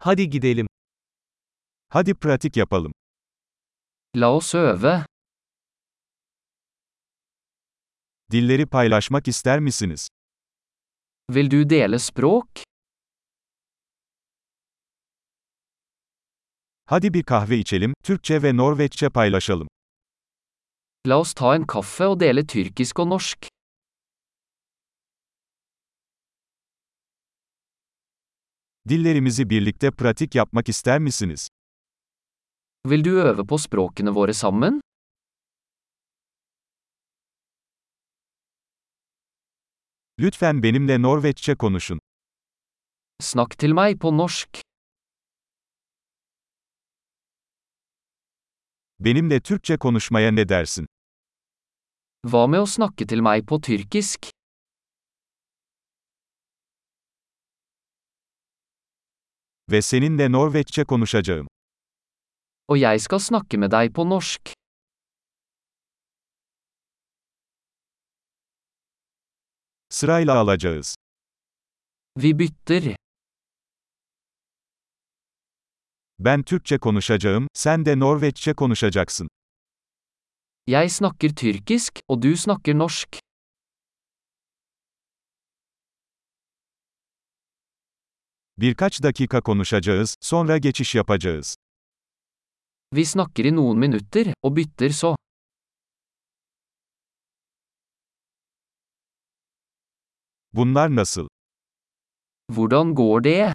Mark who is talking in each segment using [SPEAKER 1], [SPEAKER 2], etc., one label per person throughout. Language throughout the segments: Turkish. [SPEAKER 1] Hadi gidelim.
[SPEAKER 2] Hadi pratik yapalım.
[SPEAKER 3] La oss øve.
[SPEAKER 2] Dilleri paylaşmak ister misiniz?
[SPEAKER 3] Vil du dele språk?
[SPEAKER 2] Hadi bir kahve içelim, Türkçe ve Norveççe paylaşalım.
[SPEAKER 3] La oss ta en kaffe og dele tyrkisk og norsk.
[SPEAKER 2] Dillerimizi birlikte pratik yapmak ister misiniz?
[SPEAKER 3] Vil du øve på språkene våre sammen?
[SPEAKER 2] Lütfen benimle Norveççe konuşun.
[SPEAKER 3] Snakk til meg på norsk.
[SPEAKER 2] Benimle Türkçe konuşmaya ne dersin?
[SPEAKER 3] Hva med å snakke til meg på tyrkisk?
[SPEAKER 2] Ve seninle Norveççe konuşacağım.
[SPEAKER 3] Og jeg skal snakke med deg på norsk.
[SPEAKER 2] Sırayla alacağız.
[SPEAKER 3] Vi bytter.
[SPEAKER 2] Ben Türkçe konuşacağım, sen de Norveççe konuşacaksın.
[SPEAKER 3] Jeg snakker tyrkisk, og du snakker norsk.
[SPEAKER 2] Birkaç dakika konuşacağız, sonra geçiş yapacağız.
[SPEAKER 3] Vi snakker i noen minutter, og bytter så.
[SPEAKER 2] Bunlar nasıl?
[SPEAKER 3] Hvordan går det?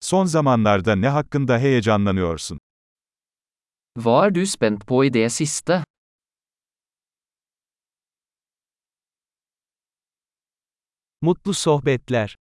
[SPEAKER 2] Son zamanlarda ne hakkında heyecanlanıyorsun?
[SPEAKER 3] Hva er du spent på i det siste?
[SPEAKER 1] Mutlu sohbetler.